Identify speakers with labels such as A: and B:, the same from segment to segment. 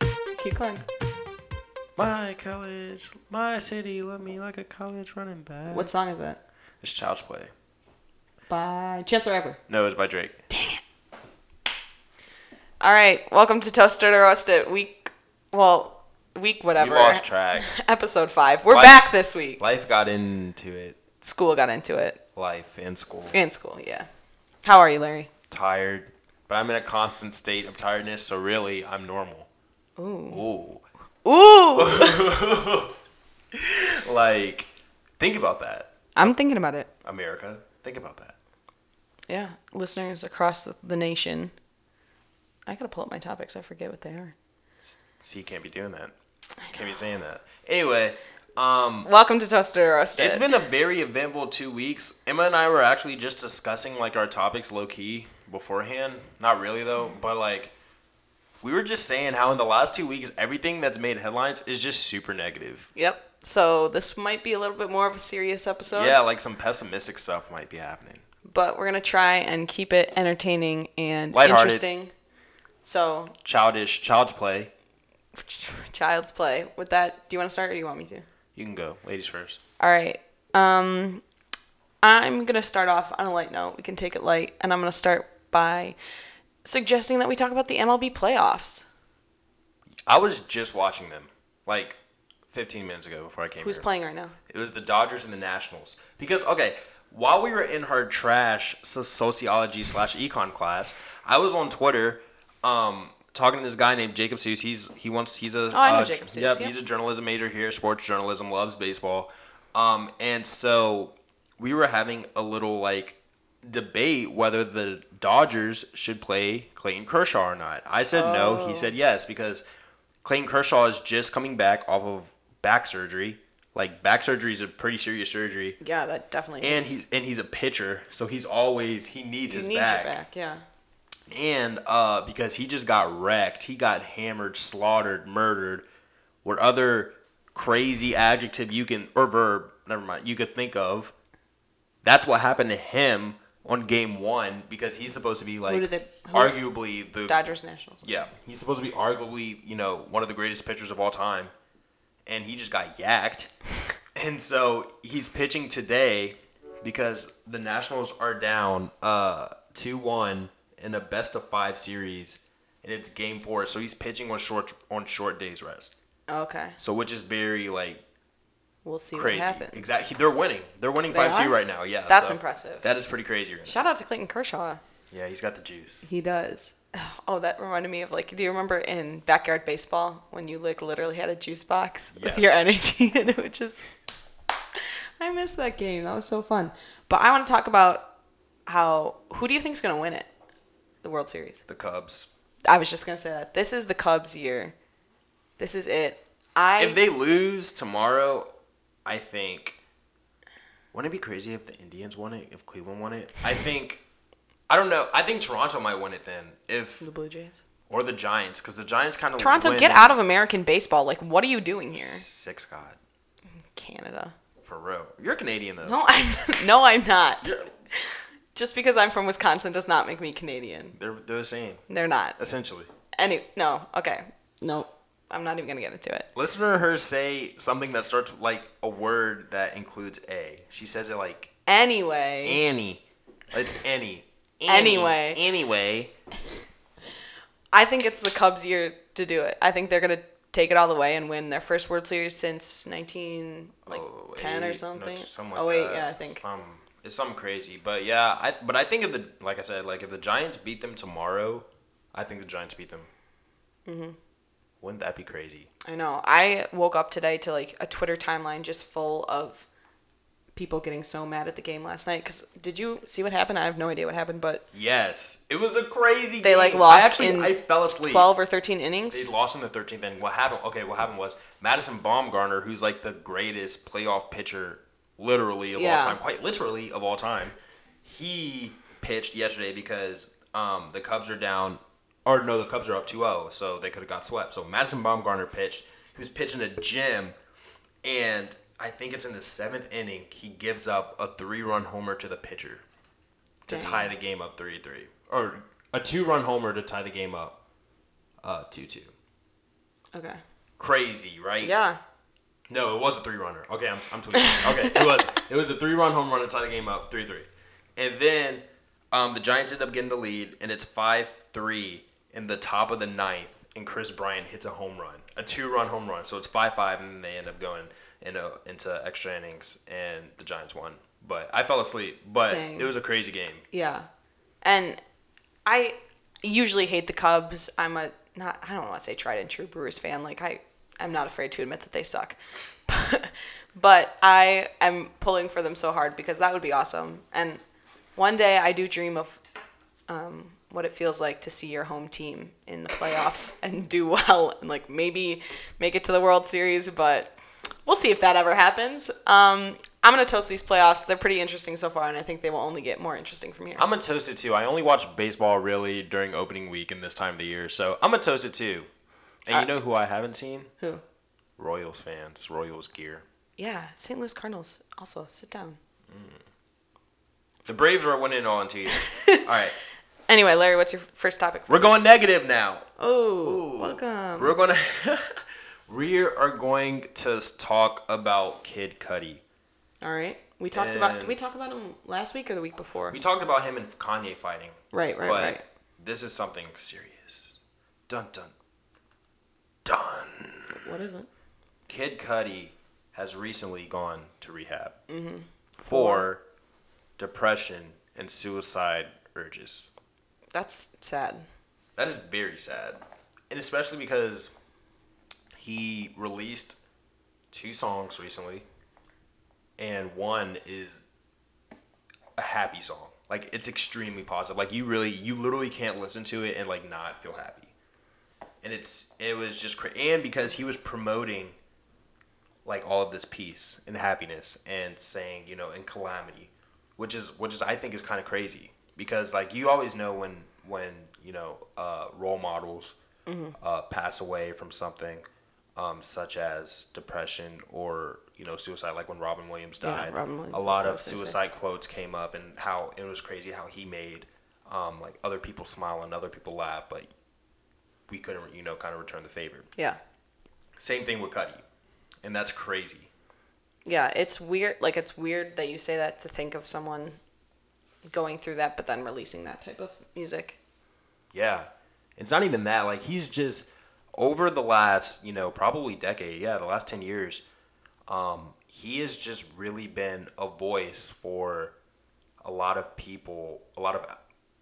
A: Clark.
B: My college, my city, love me like a college running back.
A: What song is that?
B: It's Child's Play.
A: By Chance the Rapper.
B: No, it's by Drake.
A: All right, welcome to Toasted or Roasted week. Well, week
B: We
A: whatever.
B: lost track.
A: Episode five. We're
B: Why-
A: back this week.
B: Life got into it.
A: School got into it.
B: Life and school.
A: In school, yeah. How are you, Larry?
B: Tired. But I'm in a constant state of tiredness, so really, I'm normal.
A: Ooh.
B: Ooh.
A: Ooh.
B: Like, think about that,
A: I'm thinking about it.
B: America. Think about that.
A: Yeah, listeners across the, the nation. I gotta pull up my topics. I forget what they are.
B: See, you can't be doing that. Can't be saying that. Anyway, um,
A: Welcome to Toasted or Roasted.
B: it's been a very eventful two weeks. Emma and I were actually just discussing like our topics low key beforehand. Not really though, but like we were just saying how in the last two weeks everything that's made headlines is just super negative.
A: Yep. So this might be a little bit more of a serious episode.
B: Yeah, like some pessimistic stuff might be happening.
A: But we're gonna try and keep it entertaining and
B: Lighthearted.
A: interesting. So
B: Childish, child's play.
A: child's play. With that, do you want to start or do you want me to?
B: You can go, ladies first.
A: All right. Um, I'm going to start off on a light note. We can take it light. And I'm going to start by suggesting that we talk about the MLB playoffs.
B: I was just watching them like 15 minutes ago before I came
A: Who's
B: here.
A: playing right now?
B: It was the Dodgers and the Nationals. Because okay, while we were in her trash so- sociology slash econ class, I was on Twitter, um, talking to this guy named Jacob Seuss. He's he wants he's a
A: Oh, I know
B: uh,
A: Jacob Seuss,
B: Yep,
A: yeah.
B: he's a journalism major here, sports journalism, loves baseball. Um, and so we were having a little like debate whether the Dodgers should play Clayton Kershaw or not. I said no. He said yes because Clayton Kershaw is just coming back off of back surgery. Like back surgery is a pretty serious surgery,
A: Yeah, that definitely
B: and he's and he's a pitcher, so he's always he needs his back.
A: yeah.
B: And uh, because he just got wrecked, he got hammered, slaughtered, murdered. What other crazy adjective you can or verb? Never mind. You could think of. That's what happened to him on game one because he's supposed to be like
A: did they- who-
B: arguably the
A: Dodgers Nationals.
B: yeah, he's supposed to be arguably, you know, one of the greatest pitchers of all time. And he just got yacked. and so he's pitching today because the Nationals are down uh 2 1 in a best of five series. And it's game four. So he's pitching on short on short days rest.
A: Okay.
B: So which is very like
A: We'll see
B: crazy.
A: what happens.
B: Exactly. They're winning. They're winning
A: They
B: five
A: are?
B: two right now. Yeah.
A: That's
B: so
A: impressive.
B: That is pretty crazy right now.
A: Shout out to Clayton Kershaw.
B: Yeah, he's got the juice.
A: He does. Oh, that reminded me of like, do you remember in backyard baseball when you like literally had a juice box
B: Yes.
A: with your energy and it would just. I missed that game. That was so fun. But I want to talk about how who do you think's gonna win it, the World Series?
B: The Cubs.
A: I was just gonna say that this is the Cubs' year. This is it. I
B: if they lose tomorrow, I think. Wouldn't it be crazy if the Indians won it? If Cleveland won it? I think. I don't know. I think Toronto might win it then, if
A: the Blue Jays.
B: or the Giants, because the Giants kind of
A: Toronto, get out of American baseball. Like, what are you doing here,
B: Six God,
A: Canada?
B: for real. You're Canadian though.
A: No, I'm no, I'm not.
B: You're-
A: Just because I'm from Wisconsin does not make me Canadian.
B: They're they're the same
A: They're not.
B: essentially.
A: Any no, okay. No, I'm not even gonna get into it.
B: Listen to her say something that starts with, like a word that includes a. She says it like
A: Anyway,
B: Annie. It's Annie.
A: Anyway.
B: Anyway.
A: I think it's the Cubs' year to do it. I think they're gonna take it all the way and win their first World Series since 19 like 10
B: Oh, eight,
A: or
B: no,
A: something.
B: something
A: oh
B: like
A: wait,
B: that.
A: yeah, I think.
B: Um, it's something crazy, but yeah, I but I think if the like I said, like if the Giants beat them tomorrow, I think the Giants beat them. Mm-hmm. Wouldn't that be crazy?
A: I know. I woke up today to like a Twitter timeline just full of people getting so mad at the game last night. Cause did you see what happened? I have no idea what happened, but
B: Yes, it was a crazy.
A: They,
B: game.
A: like, lost
B: I actually,
A: in
B: I fell asleep.
A: 12 or 13
B: They
A: innings.
B: lost in the thirteenth inning. What happened? Okay, what happened was Madison Baumgartner, who's like the greatest playoff pitcher, literally of
A: Yeah.
B: all time, quite literally of all time, he pitched yesterday because um, the Cubs are down, or no, the Cubs are up 2-0, so they could have got swept. So Madison Baumgartner pitched. He was pitching a gym, and I think it's in the seventh inning he gives up a three-run homer to the pitcher to
A: Dang.
B: tie the game up three-three, or a two-run homer to tie the game up uh, two-two.
A: Okay.
B: Crazy, right?
A: Yeah.
B: No, it was a three runner. Okay, I'm, I'm tweaking. Okay, it was it was a three run home run to tie the game up, three three, and then um, the Giants end up getting the lead, and it's five three in the top of the ninth, and Chris Bryant hits a home run, a two run home run, so it's five five, and then they end up going into into extra innings, and the Giants won. But I fell asleep. But
A: Dang.
B: it was a crazy game.
A: Yeah. And I usually hate the Cubs. I'm a not I don't want to say tried and true Brewers fan. Like I I'm not afraid to admit that they suck. but I am pulling for them so hard because that would be awesome. And one day I do dream of um, what it feels like to see your home team in the playoffs and do well and like maybe make it to the World Series, but we'll see if that ever happens. Um, I'm gonna toast these playoffs. They're pretty interesting so far, and I think they will only get more interesting from here.
B: I'm a toasted too. I only watch baseball really during opening week and this time of the year, so I'm a toasted too. And you know who I haven't seen?
A: Who?
B: Royals fans, Royals gear.
A: Yeah, St. Louis Cardinals. Also, sit down.
B: The Braves are winning all in two years. all right,
A: Anyway, Larry, what's your first topic? For-
B: we're going negative now.
A: oh, welcome.
B: We're gonna, we are going to s- talk about Kid Cudi.
A: All right, we talked about.
B: And-
A: Did we talk about him last week or the week before?
B: We talked about him and Kanye fighting,
A: right, right,
B: but
A: right.
B: this is something serious. Dun dun dun.
A: What is it?
B: Kid Cudi has recently gone to rehab
A: Mm-hmm.
B: for depression and suicide urges.
A: That's sad.
B: That is very sad. And especially because he released two songs recently, and one is a happy song. Like it's extremely positive. Like you really, you literally can't listen to it and like not feel happy. And it's it was just cra- and because he was promoting like all of this peace and happiness and saying you know in calamity, which is which is I think is kind of crazy because like you always know when when you know uh, role models
A: Mm-hmm.
B: uh, pass away from something um, such as depression or you know suicide like when Robin Williams
A: Yeah,
B: died
A: Robin Williams,
B: a
A: that's
B: lot
A: what I
B: of
A: was gonna say.
B: suicide side quotes came up and how it was crazy how he made um, like other people smile and other people laugh, but we couldn't, you know, kind of return the favor.
A: Yeah,
B: Same thing with Cuddy, and that's crazy.
A: yeah. It's weird. Like it's weird that you say that to think of someone going through that, but then releasing that type of music.
B: Yeah, it's not even that. Like he's just over the last, you know, probably decade. Yeah, the last ten years, um, he has just really been a voice for a lot of people. A lot of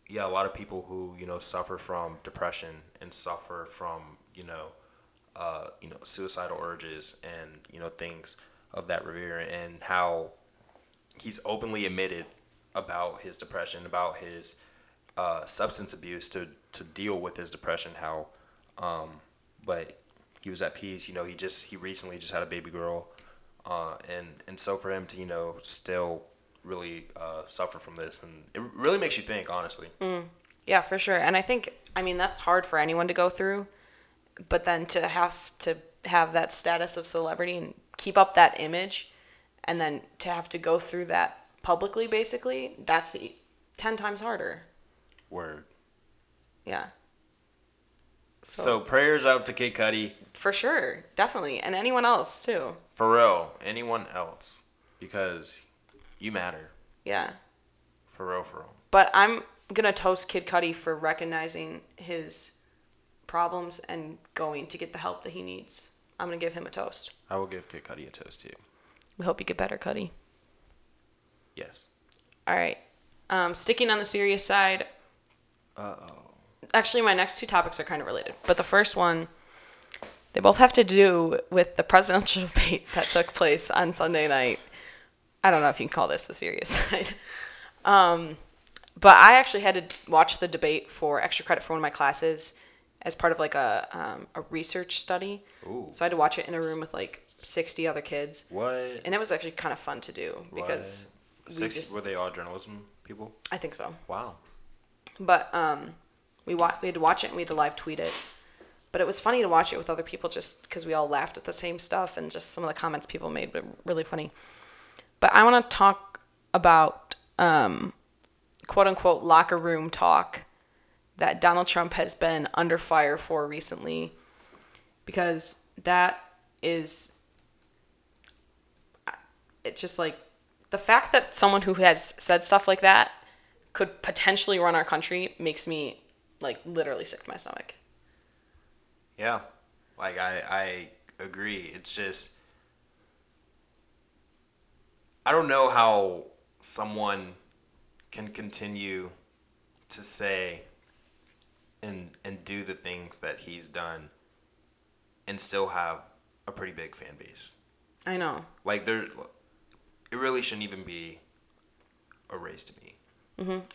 B: yeah, a lot of people who you know suffer from depression and suffer from you know, uh, you know, suicidal urges and you know things of that revere and how he's openly admitted about his depression, about his uh, substance abuse to to deal with his depression. How, um, but he was at peace. You know, he just he recently just had a baby girl, uh, and and so for him to you know still really uh, suffer from this, and it really makes you think, honestly.
A: Mm. Yeah, for sure. And I think I mean that's hard for anyone to go through, but then to have to have that status of celebrity and keep up that image and then to have to go through that publicly basically, that's e- 10 times harder.
B: Word.
A: Yeah. So,
B: So prayers out to Kid Cudi,
A: for sure, definitely, and anyone else too.
B: Pharrell, anyone else, because you matter.
A: Yeah.
B: For real, for real.
A: But I'm gonna toast Kid Cudi for recognizing his problems and going to get the help that he needs. I'm gonna give him a toast.
B: I will give Kid Cudi a toast too.
A: We hope you get better, Cudi.
B: Yes.
A: All right. Um, sticking on the serious side. Uh oh. Actually, my next two topics are kind of related, but the first one, they both have to do with the presidential debate that took place on Sunday night. I don't know if you can call this the serious side. Um, but I actually had to watch the debate for extra credit for one of my classes as part of like a, um, a research study.
B: Ooh.
A: So I had to watch it in a room with like 60 other kids.
B: What?
A: And it was actually kind of fun to do because
B: What?
A: we
B: Six-
A: just-
B: were they all journalism people?
A: I think so.
B: Wow.
A: But um, we wa- we had to watch it and we had to live tweet it. But it was funny to watch it with other people just because we all laughed at the same stuff and just some of the comments people made were really funny. But I want to talk about um, quote unquote locker room talk that Donald Trump has been under fire for recently. because that is uh, it's just like the fact that someone who has said stuff like that could potentially run our country makes me like literally sick to my stomach.
B: Yeah. Like I I agree. It's just I don't know how someone can continue to say and and do the things that he's done and still have a pretty big fan base.
A: I know.
B: Like there it really shouldn't even be a race to me.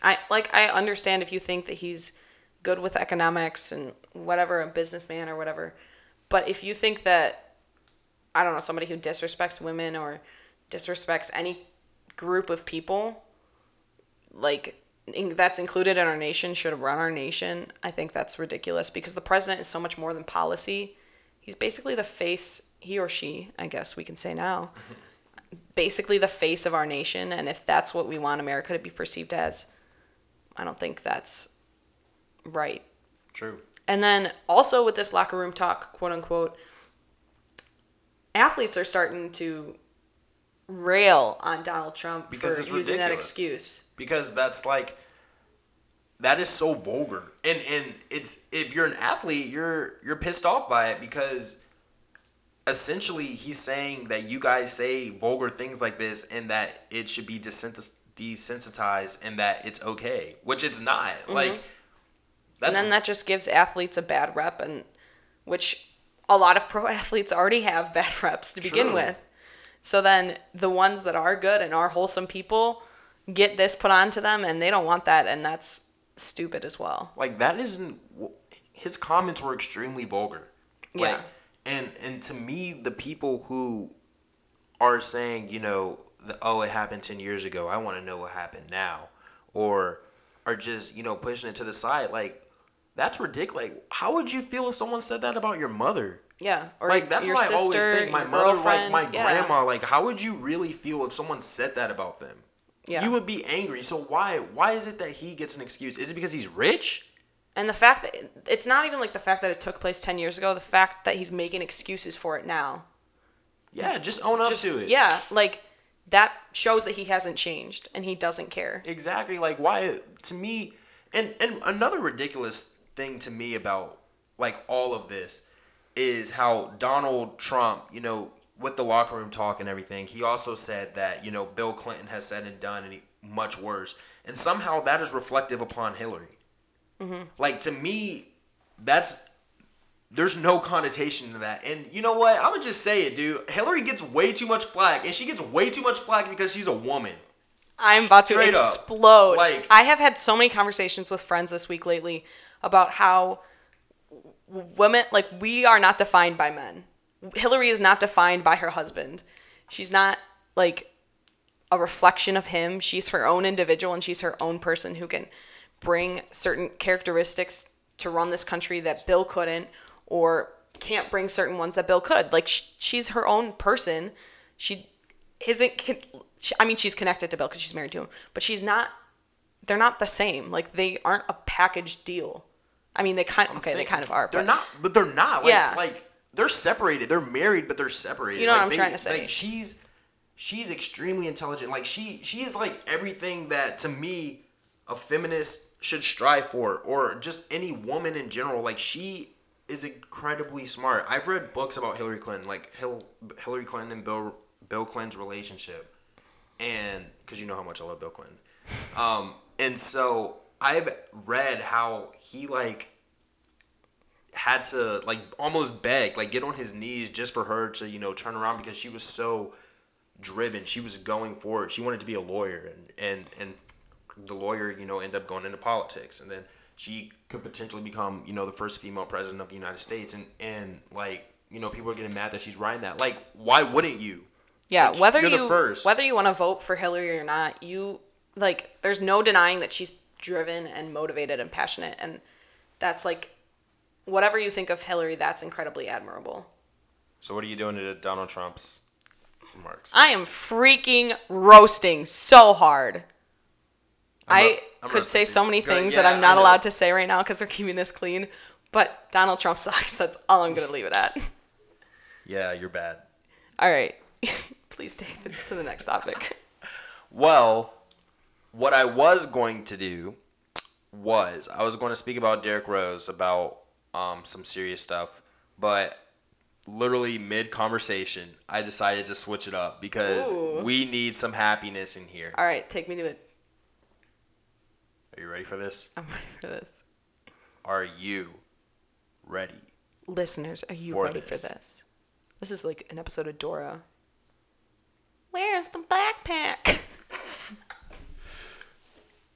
A: I like I understand if you think that he's good with economics and whatever, a businessman or whatever. But if you think that I don't know, somebody who disrespects women or disrespects any group of people, like in, that's included in our nation, should run our nation, I think that's ridiculous because the president is so much more than policy. He's basically the face, he or she, I guess we can say now, basically the face of our nation. And if that's what we want America to be perceived as, I don't think that's right.
B: True.
A: And then also with this locker room talk, quote unquote, athletes are starting to rail on Donald Trump
B: Because
A: for
B: it's
A: using that
B: ridiculous.
A: excuse.
B: Because that's like that is so vulgar. And and it's if you're an athlete, you're you're pissed off by it because essentially he's saying that you guys say vulgar things like this and that it should be desensi- desensitized and that it's okay, which it's not. Like that's
A: Mm-hmm. And then that just gives athletes a bad rep and which a lot of pro athletes already have bad reps to begin
B: True.
A: with. So then the ones that are good and are wholesome people get this put onto them and they don't want that and that's stupid as well.
B: like that isn't his comments were extremely vulgar like,
A: Yeah.
B: and and to me the people who are saying you know the, oh it happened 10 years ago i want to know what happened now or are just you know pushing it to the side like that's ridiculous like how would you feel if someone said that about your mother
A: Yeah. Or
B: like that's
A: your
B: what
A: sister,
B: i always think my
A: your
B: mother like
A: girlfriend.
B: my
A: Yeah.
B: grandma like how would you really feel if someone said that about them
A: Yeah.
B: you would be angry so why why is it that he gets an excuse is it because he's rich
A: And the fact that it's not even like the fact that it took place 10 years ago, the fact that he's making excuses for it now.
B: Yeah, just own up
A: Just-
B: to it.
A: Yeah, like that shows that he hasn't changed and he doesn't care.
B: Exactly. Like why to me and and another ridiculous thing to me about like all of this is how Donald Trump, you know, with the locker room talk and everything, he also said that, you know, Bill Clinton has said and done any much worse. And somehow that is reflective upon Hillary.
A: Mm-hmm.
B: Like to me, that's there's no connotation to that. And you know what? I'm gonna just say it, dude. Hillary gets way too much flack, and she gets way too much flack because she's a woman.
A: I'm about to
B: Straight up.
A: explode.
B: Like-
A: I have had so many conversations with friends this week lately about how w- women like we are not defined by men. Hillary is not defined by her husband. She's not like a reflection of him. She's her own individual and she's her own person who can bring certain characteristics to run this country that Bill couldn't or can't bring certain ones that Bill could. Like sh- she's her own person. She isn't con- she, I mean she's connected to Bill cuz she's married to him, but she's not they're not the same. Like they aren't a package deal. I mean they kind okay, they
B: saying.
A: kind of are.
B: They're
A: but-
B: not, but they're not. Like,
A: Yeah.
B: like they're separated. They're married, but they're separated.
A: You know
B: like,
A: what I'm
B: they-
A: trying to say.
B: Like, she's she's extremely intelligent. Like she she is like everything that to me a feminist should strive for, or just any woman in general. Like she is incredibly smart. I've read books about Hillary Clinton, like Hill, Hillary Clinton and Bill Bill Clinton's relationship, and because you know how much I love Bill Clinton. Um, and so I've read how he like had to like almost beg, like get on his knees just for her to, you know, turn around because she was so driven. She was going for it. She wanted to be a lawyer and and and the lawyer, you know, ended up going into politics and then she could potentially become, you know, the first female president of the United States and and like, you know, people are getting mad that she's writing that. Like, why wouldn't you?
A: Yeah, whether
B: you're the
A: you
B: first.
A: whether you want to vote for Hillary or not, you like there's no denying that she's driven and motivated and passionate and that's like whatever you think of Hillary, that's incredibly admirable.
B: So what are you doing to Donald Trump's remarks?
A: I am freaking roasting so hard. i
B: ro- I'm
A: could say
B: roasting
A: so many
B: too. Good,
A: things
B: yeah,
A: that I'm not
B: I know.
A: allowed to say right now because we're keeping this clean. But Donald Trump sucks. That's all I'm going to leave it at.
B: Yeah, you're bad.
A: All right. Please take the, to the next topic.
B: Well, what I was going to do was I was going to speak about Derrick Rose about um, some serious stuff, but literally mid conversation, I decided to switch it up because
A: Ooh.
B: we need some happiness in here.
A: All right. Take me to it.
B: Are you ready for this?
A: I'm ready for this.
B: Are you ready?
A: Listeners, are you
B: For
A: ready
B: this.
A: for this? This is like an episode of Dora. Where's the backpack?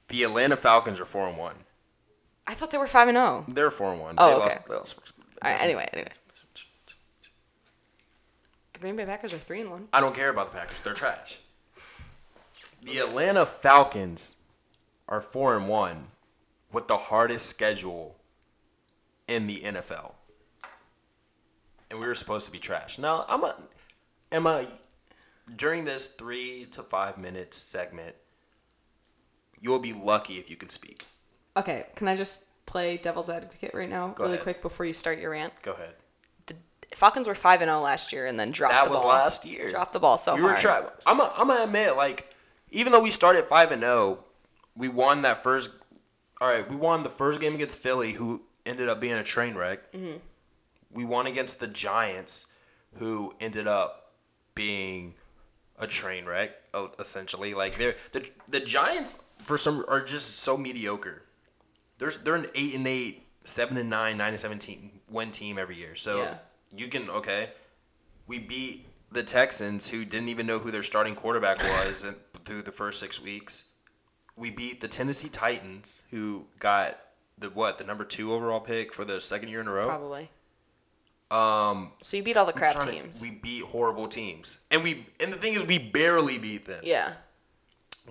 B: The Atlanta Falcons are four and one.
A: I thought they were 5 and 0.
B: They're four and one.
A: Oh,
B: they
A: okay.
B: Lost, they lost.
A: All right, anyway, anyway. The Green Bay Packers are 3 and 1.
B: I don't care about the Packers. They're trash. The Atlanta Falcons are four and one with the hardest schedule in the NFL. And we were supposed to be trash. Now I'm a am I during this three to five minutes segment, you'll be lucky if you can speak.
A: Okay, can I just play devil's advocate right now, really
B: ahead.
A: quick, before you start your rant?
B: Go ahead.
A: The Falcons were five and zero last year, and then dropped.
B: That
A: the
B: was
A: ball.
B: last year.
A: Dropped the ball so
B: We were
A: hard.
B: trying. I'm i I'm gonna admit, like, even though we started five and zero, we won that first. All right, we won the first game against Philly, who ended up being a train wreck.
A: Mm-hmm.
B: We won against the Giants, who ended up being a train wreck, e- essentially. Like they're the the Giants for some are just so mediocre. They're they're an eight and eight, seven and nine, nine and seventeen win team every year. So
A: Yeah.
B: you can okay. We beat the Texans, who didn't even know who their starting quarterback was and- through the first six weeks. We beat the Tennessee Titans, who got the what the number two overall pick for the second year in a row.
A: probably. Um. So you beat all the crap
B: Trying to-
A: teams.
B: we beat horrible teams, and we and the thing is, we barely beat them.
A: yeah.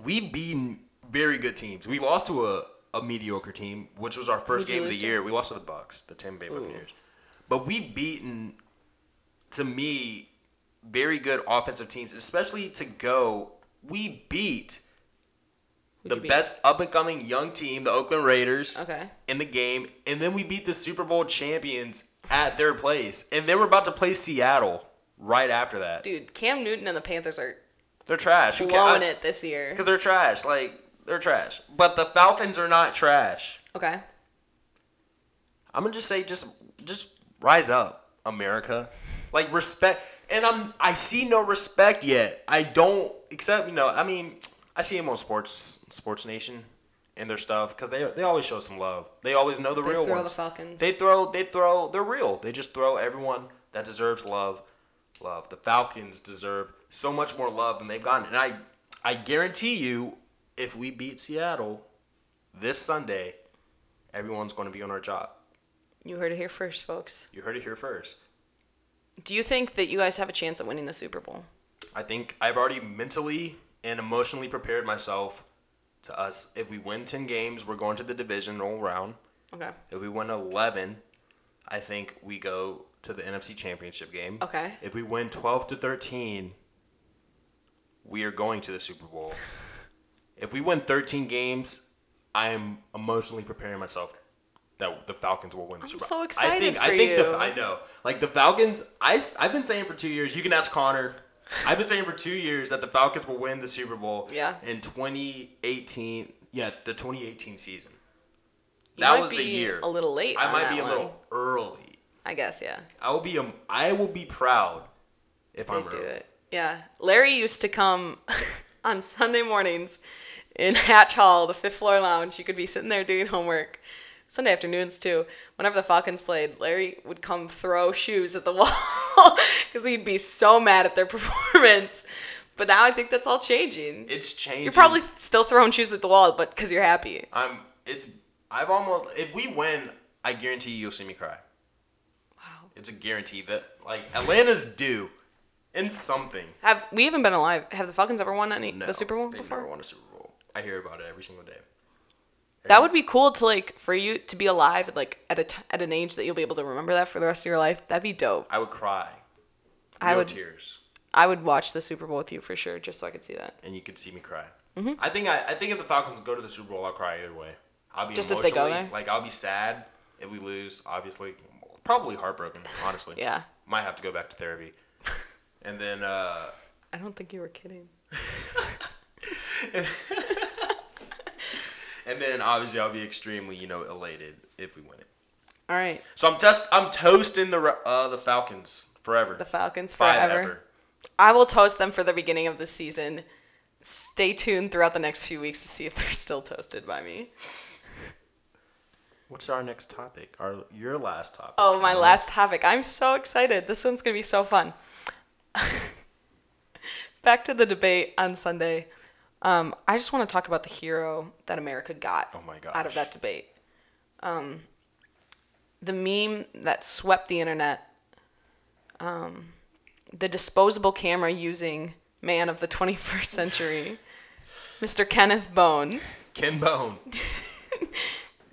B: We've beaten very good teams. We lost to a, a mediocre team, which was our first
A: Who'd you
B: game of the
A: lose to?
B: year. We lost to the Bucks, the Tampa Bay Buccaneers. But we've beaten, to me, very good offensive teams, especially to go. We beat
A: Who'd
B: the
A: you beat?
B: best up and coming young team, the Oakland Raiders,
A: Okay.
B: in the game, and then we beat the Super Bowl champions at their place, and they were about to play Seattle right after that.
A: Dude, Cam Newton and the Panthers are
B: They're trash. Who ca- I-
A: blowing it this year.
B: because they're trash. Like they're trash. But the Falcons are not trash.
A: Okay.
B: I'm gonna just say, just just rise up, America. Like respect. And I'm I see no respect yet. I don't except you know I mean I see them on sports Sports Nation and their stuff because they they always show some love. They always know the real
A: throw
B: ones.
A: the Falcons.
B: They throw they throw they're real. They just throw everyone that deserves love love. The Falcons deserve so much more love than they've gotten. And I I guarantee you, if we beat Seattle this Sunday, everyone's going to be on our job.
A: You heard it here first, folks.
B: You heard it here first.
A: Do you think that you guys have a chance at winning the Super Bowl?
B: I think I've already mentally and emotionally prepared myself to us. If we win 10 games, we're going to the divisional round.
A: Okay.
B: If we win 11, I think we go to the NFC Championship game.
A: Okay.
B: If we win 12 to 13, we are going to the Super Bowl. if we win 13 games, I am emotionally preparing myself that the Falcons will win the Super Bowl.
A: so excited
B: I
A: for
B: think
A: you.
B: the I know. Like the Falcons, I have been saying for 2 years, you can ask Connor. I've been saying for 2 years that the Falcons will win the Super Bowl
A: Yeah.
B: in 2018. Yeah, the 2018 season.
A: You
B: that
A: might
B: was the
A: be
B: year.
A: A little late.
B: I
A: on
B: might
A: that
B: be a
A: one.
B: little early.
A: I guess yeah.
B: I will be um, I will be proud if I'm
A: They do
B: early.
A: it. Yeah. Larry used to come on Sunday mornings in Hatch Hall, the fifth floor lounge. You could be sitting there doing homework. Sunday afternoons too. Whenever the Falcons played, Larry would come throw shoes at the wall because he'd be so mad at their performance. But now I think that's all changing.
B: It's changing.
A: you're probably still throwing shoes at the wall, but because you're happy.
B: I'm. It's. I've almost. If we win, I guarantee you'll see me cry. Wow. It's a guarantee that like Atlanta's due, in something.
A: Have we even been alive? Have the Falcons ever won any
B: No,
A: the Super Bowl
B: they
A: before?
B: Never won a Super Bowl. I hear about it every single day.
A: That would be cool to like for you to be alive like at a t- at an age that you'll be able to remember that for the rest of your life. That'd be dope.
B: I would cry. No
A: I would
B: tears,
A: I would watch the Super Bowl with you for sure, just so I could see that.
B: and you could see me cry.
A: Mm-hmm.
B: I think. I, I think if the Falcons go to the Super Bowl, I'll cry either way. I'll be
A: Just if
B: emotionally,
A: they go there?
B: Like I'll be sad If we lose, obviously, probably heartbroken. Honestly,
A: Yeah.
B: might have to go back to therapy. and then, uh,
A: I don't think you were kidding.
B: and then obviously, I'll be extremely, you know, elated if we win it.
A: All right.
B: So I'm just I'm toasting the Re- uh, the Falcons forever.
A: The Falcons
B: Five
A: forever.
B: ever.
A: I will toast them for the beginning of the season. Stay tuned throughout the next few weeks to see if they're still toasted by me.
B: What's our next topic? Our your last topic.
A: Oh, my
B: Kyle.
A: last topic. I'm so excited. This one's going to be so fun. Back to the debate on Sunday. Um, I just want to talk about the hero that America got
B: Oh my
A: out of
B: gosh.
A: that debate. Um, the meme that swept the internet, um, the disposable camera using man of the 21st century, Mr. Kenneth Bone
B: Ken Bone.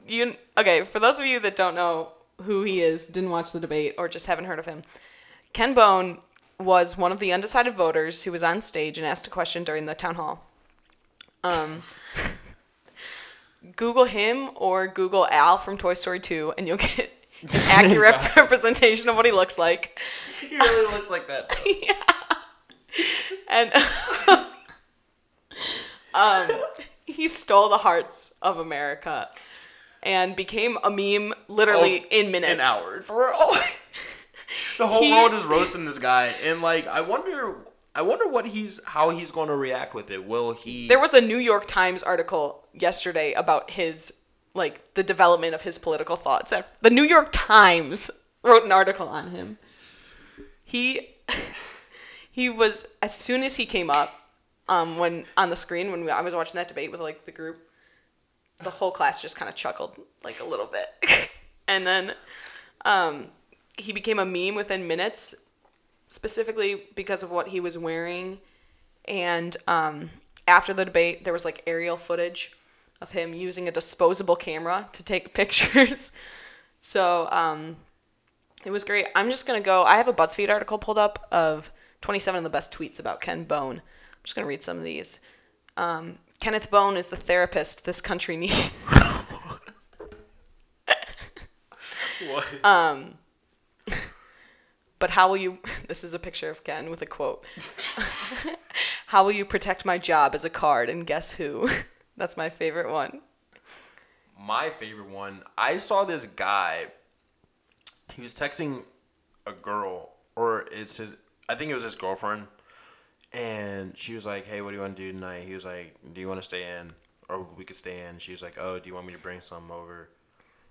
A: you okay for those of you that don't know who he is didn't watch the debate or just haven't heard of him ken bone was one of the undecided voters who was on stage and asked a question during the town hall um, google him or google al from toy story 2 and you'll get an accurate representation of what he looks like
B: He really looks like that.
A: and um, he stole the hearts of America and became a meme literally
B: Oh,
A: in minutes.
B: An hour for real. the whole
A: He-
B: world is roasting this guy, and like I wonder, I wonder what he's how he's going to react with it. Will he?
A: There was a New York Times article yesterday about his like the development of his political thoughts. The New York Times wrote an article on him. He he was as soon as he came up um when on the screen when we, I was watching that debate with like the group the whole class just kind of chuckled like a little bit. and then um he became a meme within minutes specifically because of what he was wearing and um, after the debate there was like aerial footage of him using a disposable camera to take pictures so um, it was great i'm just going to go i have a buzzfeed article pulled up of 27 of the best tweets about ken bone i'm just going to read some of these um, kenneth bone is the therapist this country needs
B: What?
A: Um, but how will you this is a picture of ken with a quote how will you protect my job as a card and guess who that's my favorite one
B: my favorite one. I saw this guy. He was texting a girl, or it's his. I think it was his girlfriend, and she was like, "Hey, what do you want to do tonight?" He was like, "Do you want to stay in, or we could stay in?" She was like, "Oh, do you want me to bring some over?"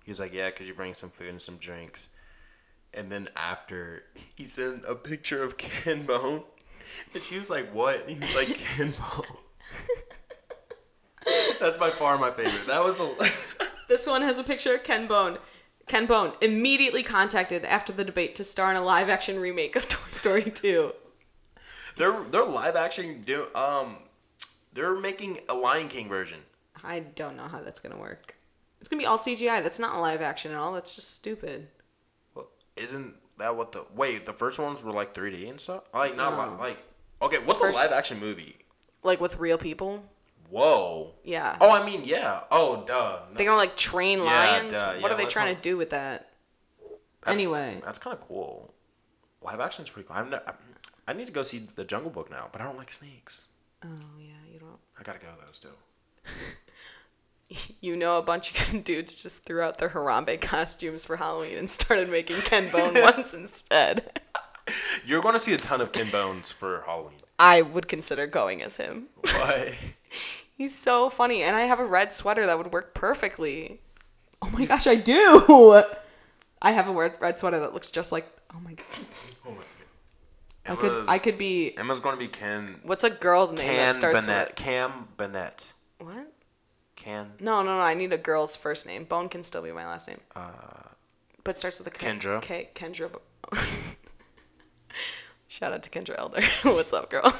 B: He was like, "Yeah, could you bring some food and some drinks?" And then after, he sent a picture of Ken Bone, and she was like, "What?" And he was like, "Ken Bone." That's by far my favorite. That was a.
A: This one has a picture of Ken Bone. Ken Bone immediately contacted after the debate to star in a live action remake of Toy Story 2.
B: They're they're live action do um they're making a Lion King version.
A: I don't know how that's going to work. It's going to be all CGI. That's not live action at all. That's just stupid.
B: Well, Isn't that what the wait, the first ones were like 3D and stuff? Like not li- like Okay, what's
A: first-
B: a live action movie?
A: Like with real people?
B: Whoa.
A: Yeah.
B: Oh, I mean, yeah. Oh, duh. No,
A: They're going to like train lions?
B: duh.
A: what
B: Yeah,
A: are they
B: let's
A: trying
B: not-
A: to do with that?
B: that's-
A: anyway.
B: That's kind of cool. Live action's pretty cool. I'm not, I need to go see The Jungle Book now, but I don't like snakes.
A: Oh, yeah, you don't.
B: I got to go though still.
A: You know, a bunch of dudes just threw out their Harambe costumes for Halloween and started making Ken Bone ones instead.
B: You're going to see a ton of Ken Bones for Halloween.
A: I would consider going as him.
B: Why?
A: He's so funny, and I have a red sweater that would work perfectly. Oh my gosh, I do. I have a red red sweater that looks just like. Oh my god,
B: oh my god.
A: I could I could be.
B: Emma's going to be Ken
A: What's a girl's name that
B: Can
A: starts
B: Bennett. Cam Bennett.
A: with what?
B: Can
A: No, no, no. I need a girl's first name. Bone can still be my last name. Uh, but starts with a K-
B: Kendra.
A: K- Kendra. Bo- Shout out to Kendra Elder. What's up, girl?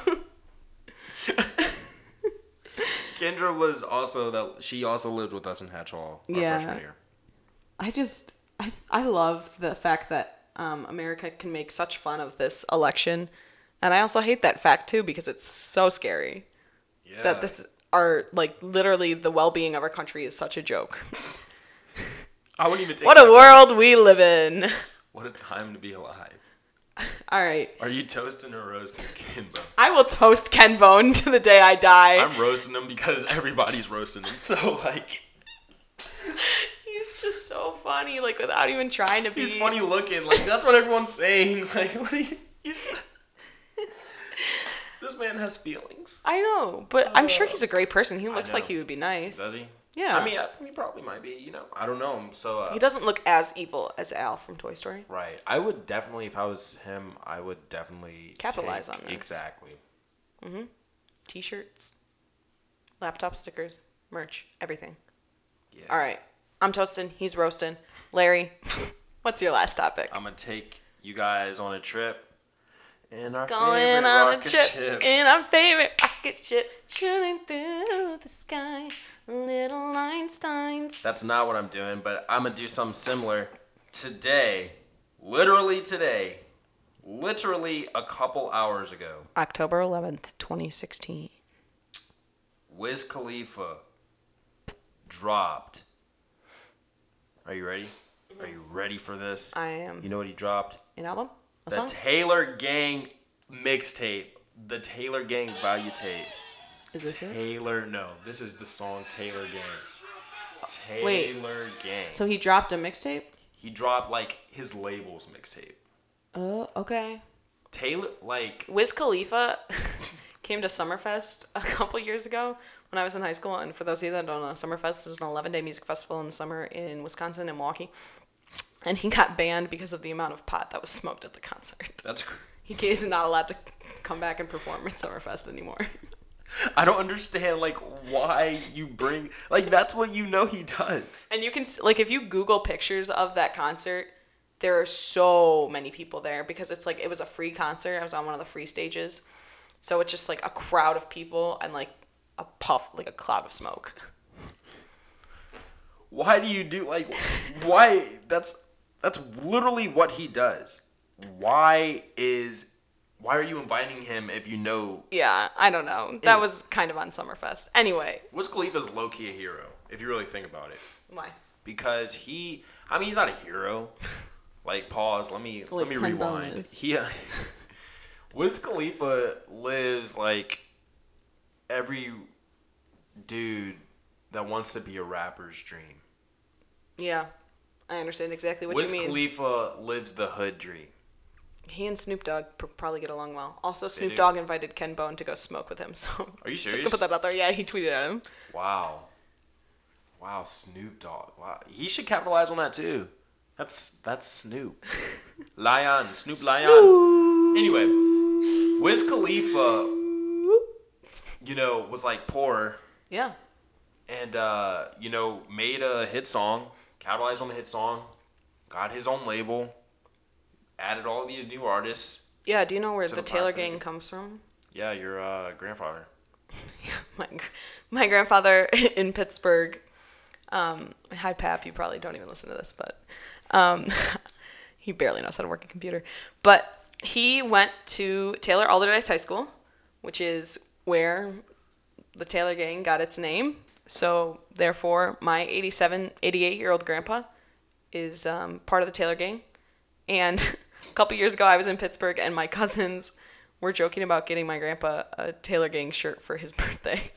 B: Kendra was also that she also lived with us in Hatch Hall our
A: Yeah.
B: freshman year.
A: I just I I love the fact that um, America can make such fun of this election, and I also hate that fact too because it's so scary
B: Yeah.
A: that this are like literally the well being of our country is such a joke.
B: I wouldn't even take.
A: What a world we live in.
B: What a time to be alive.
A: All right.
B: Are you toasting or roasting Kimbo?
A: I will toast Ken Bone to the day I die.
B: I'm roasting them because everybody's roasting them. So like,
A: He's just so funny, like without even trying to be.
B: he's funny looking. Like that's what everyone's saying. Like what do you? you just- this man has feelings.
A: I know, but I'm sure he's a great person. He looks
B: Oh. know.
A: like he would be nice.
B: Does he?
A: Yeah.
B: I mean, I think he probably might be. You know, I don't know him. So uh,
A: He doesn't look as evil as Al from Toy Story.
B: right, I would definitely, if I was him, I would definitely
A: Capitalize
B: take-
A: on this.
B: Exactly.
A: T-shirts, laptop stickers, merch, everything.
B: Yeah.
A: All right, I'm toasting. He's roasting. Larry, what's your last topic?
B: I'm gonna take you guys on a trip. In our
A: Going
B: favorite
A: on a
B: rocket
A: trip
B: ship.
A: in our favorite rocket ship, shooting through the sky, little Einsteins.
B: That's not what I'm doing, but I'm gonna do something similar today. Literally today. Literally a couple hours ago.
A: October 11th, 2016.
B: Wiz Khalifa dropped. Are you ready? Are you ready for this?
A: I am
B: You know what he dropped?
A: an album, a
B: The
A: song.
B: Taylor Gang mixtape. The Taylor Gang value tape.
A: Is this it?
B: Taylor, no. This is the song Taylor Gang. Taylor
A: Wait.
B: Gang.
A: So he dropped a mixtape.
B: he dropped like his labels mixtape.
A: Oh, okay.
B: Taylor, like,
A: Wiz Khalifa came to Summerfest a couple years ago when I was in high school. And for those of you that don't know, Summerfest is an 11 day music festival in the summer in Wisconsin and Milwaukee. And he got banned because of the amount of pot that was smoked at the concert.
B: that's. Cr-
A: He is not allowed to come back and perform at Summerfest anymore.
B: I don't understand, like, why you bring. Like, that's what you know he does.
A: And you can, s- like, if you Google pictures of that concert, there are so many people there because it's like it was a free concert. I was on one of the free stages. So it's just like a crowd of people and like a puff, like a cloud of smoke.
B: Why do you do like? Why? That's that's literally what he does. Why is? Why are you inviting him if you know
A: Yeah, I don't know. That was kind of on Summerfest. Anyway,
B: Wiz Khalifa's low key a hero? If you really think about it,
A: why?
B: because he I mean he's not a hero. Like pause, let me let me
A: Ken Bone
B: rewind.
A: is.
B: He uh, Wiz Khalifa lives like every dude that wants to be a rapper's dream.
A: Yeah, I understand exactly what
B: Wiz
A: you mean.
B: Khalifa lives the hood dream.
A: he and Snoop Dogg pr- probably get along well. Also,
B: do.
A: Snoop Dogg invited Ken Bone to go smoke with him. So
B: Are you
A: Just
B: serious?
A: to put that out there. Yeah, he tweeted at him.
B: Wow. Wow, Snoop Dogg. Wow. He should capitalize on that too. That's that's Snoop. Lion, Snoop Lion. Anyway, Wiz Khalifa, you know, was like poor
A: Yeah,
B: and uh, you know, made a hit song, capitalized on the hit song, got his own label, added all these new artists.
A: yeah. Do you know where the,
B: the
A: Taylor
B: Black
A: Gang
B: Lady.
A: comes from?
B: Yeah, your uh, grandfather.
A: my gr- my grandfather in Pittsburgh. Um, hi, Pap. You probably don't even listen to this, but um, he barely knows how to work a computer. But he went to Taylor Alderdice High School, which is where the Taylor Gang got its name. So therefore, my 87, 88 year old grandpa is um, part of the Taylor Gang. And a couple years ago, I was in Pittsburgh, and my cousins were joking about getting my grandpa a Taylor Gang shirt for his birthday.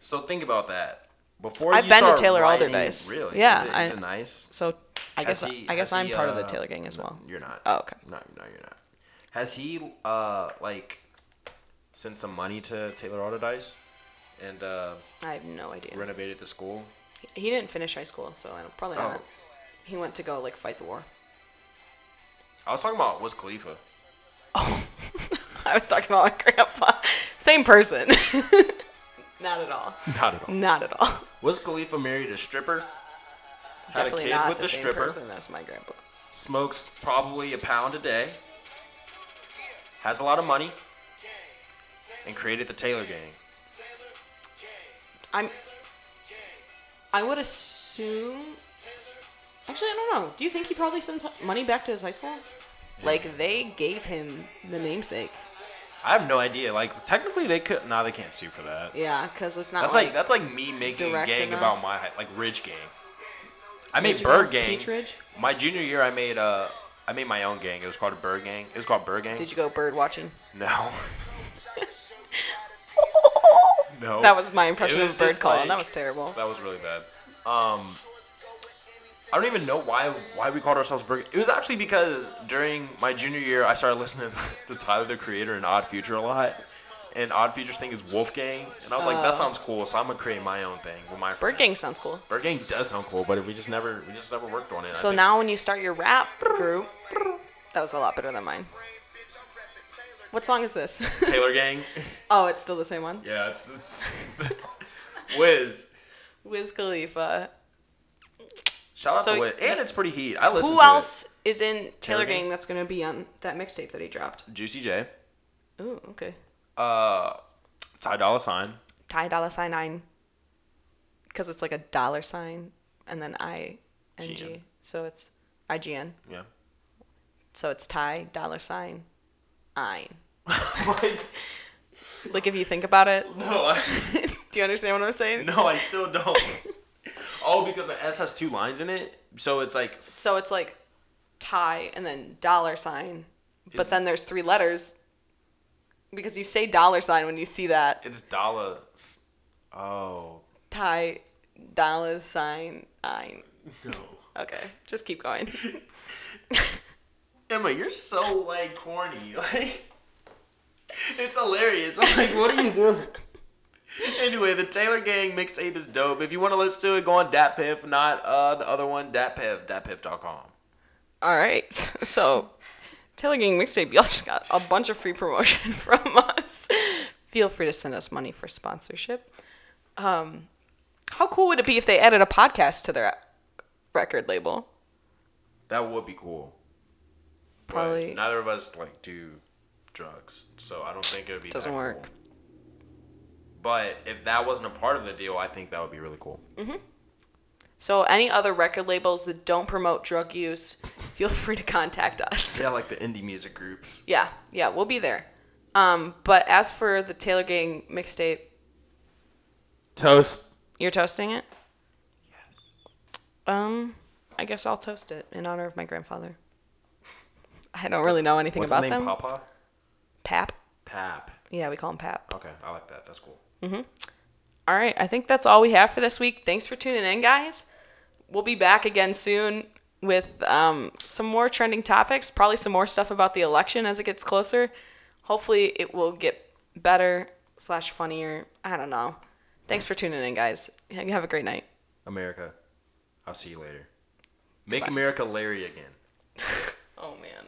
B: So think about that. Before
A: I've
B: you
A: been to
B: start
A: Taylor
B: writing-
A: Alderdice.
B: Really?
A: Yeah,
B: Is it, is
A: I-
B: it nice?
A: So I
B: Has
A: guess
B: he-
A: I guess
B: has
A: I'm
B: he,
A: part of the
B: uh,
A: Taylor Gang as
B: no,
A: well.
B: You're not.
A: Oh, okay.
B: No, no, you're not. Has he uh like sent some money to Taylor Autodice and uh
A: I have no idea.
B: renovated the school?
A: He didn't finish high school, so I don't, probably
B: Oh.
A: not. He went to go like fight the war.
B: I was talking about Wiz Khalifa.
A: I was talking about my grandpa. Same person. not at all.
B: Not at all.
A: Not at all.
B: Wiz Khalifa married a stripper. Had
A: Definitely
B: a kid
A: not
B: with
A: the
B: a
A: same
B: stripper.
A: person as my grandpa.
B: Smokes probably a pound a day. Has a lot of money. And created the Taylor Gang.
A: I'm. I would assume. Actually, I don't know. Do you think he probably sends money back to his high school? Like they gave him the namesake.
B: I have no idea. Like technically, they could. No, they can't sue for that.
A: Yeah, because it's not
B: That's like,
A: like,
B: that's like me making a
A: direct
B: gang
A: enough.
B: about my high- like rich gang. I made
A: Ridge
B: Bird
A: Mouth,
B: Gang.
A: Peach Ridge?
B: My junior year, I made uh, I made my own gang. It was called a Bird Gang. It was called Bird Gang.
A: Did you go bird watching?
B: No. no.
A: That was my impression
B: It
A: of
B: was
A: bird
B: just
A: calling.
B: like-
A: that was terrible.
B: That was really bad. Um, I don't even know why why we called ourselves Burger. It was actually because during my junior year, I started listening to Tyler the Creator and Odd Future a lot. And Odd Future's thing is Wolfgang, and I was like, that sounds cool. So I'm gonna create my own thing with my
A: Oh. Bird
B: friends.
A: gang sounds cool.
B: Bird Gang does sound cool, but we just never we just never worked on it. I
A: So
B: think.
A: now when you start your rap group, that was a lot better than mine. What song is this?
B: Taylor Gang.
A: oh, it's still the same one.
B: Yeah, it's, it's, it's Wiz.
A: Wiz Khalifa.
B: Shout out
A: So-
B: to Wiz, and it's pretty heat. I listen.
A: Who
B: to
A: else is in Taylor
B: Taylor Gang?
A: Gang that's gonna be on that mixtape that he dropped?
B: It. Juicy J,
A: Ooh, okay.
B: Ty Dolla Sign.
A: Ty Dolla Sign nine, because it's like a dollar sign, and then I N G,
B: GN.
A: so it's I G N,
B: Yeah.
A: so it's Ty Dollar Sign, ein.
B: like
A: Like if you think about it,
B: no. I-
A: do you understand what I'm saying?
B: No, I still don't. oh, because the S has two lines in it, so it's like s-
A: So it's like tie and then dollar sign, but
B: It's-
A: then there's three letters because you say dollar sign when you see that
B: it's Dala. s- Oh
A: tie dollar sign ein.
B: no,
A: Okay, just keep going.
B: Emma, you're so like corny. Like it's hilarious. I'm like, what are you doing? Anyway, the Taylor Gang mixtape is dope. If you want to listen to it, go on Datpiff, not uh, the other one, Datpiff, datpiff.com.
A: All right, so Taylor Gang mixtape, y'all just got a bunch of free promotion from us. Feel free to send us money for sponsorship. Um, how cool would it be if they added a podcast to their record label?
B: That would be cool. But
A: Probably-
B: neither of us like do drugs, so I don't think it would be
A: Doesn't
B: that cool.
A: work.
B: But if that wasn't a part of the deal, I think that would be really cool.
A: So, any other record labels that don't promote drug use, feel free to contact us.
B: Yeah, like the indie music groups.
A: Yeah, yeah, we'll be there. Um, but as for the Taylor Gang mixtape,
B: Toast.
A: you're toasting it? Yes. Um, I guess I'll toast it in honor of my grandfather. I don't really know anything
B: What's
A: about
B: the name?
A: them.
B: Papa.
A: Pap.
B: Pap.
A: Yeah, we call him Pap.
B: Okay, I like that. That's cool.
A: All right, I think that's all we have for this week. Thanks for tuning in, guys. We'll be back again soon with um, some more trending topics, probably some more stuff about the election as it gets closer. Hopefully, it will get better slash funnier. I don't know. Thanks for tuning in, guys. Have a great night.
B: America. I'll see you later. Make America Larry again.
A: Oh man.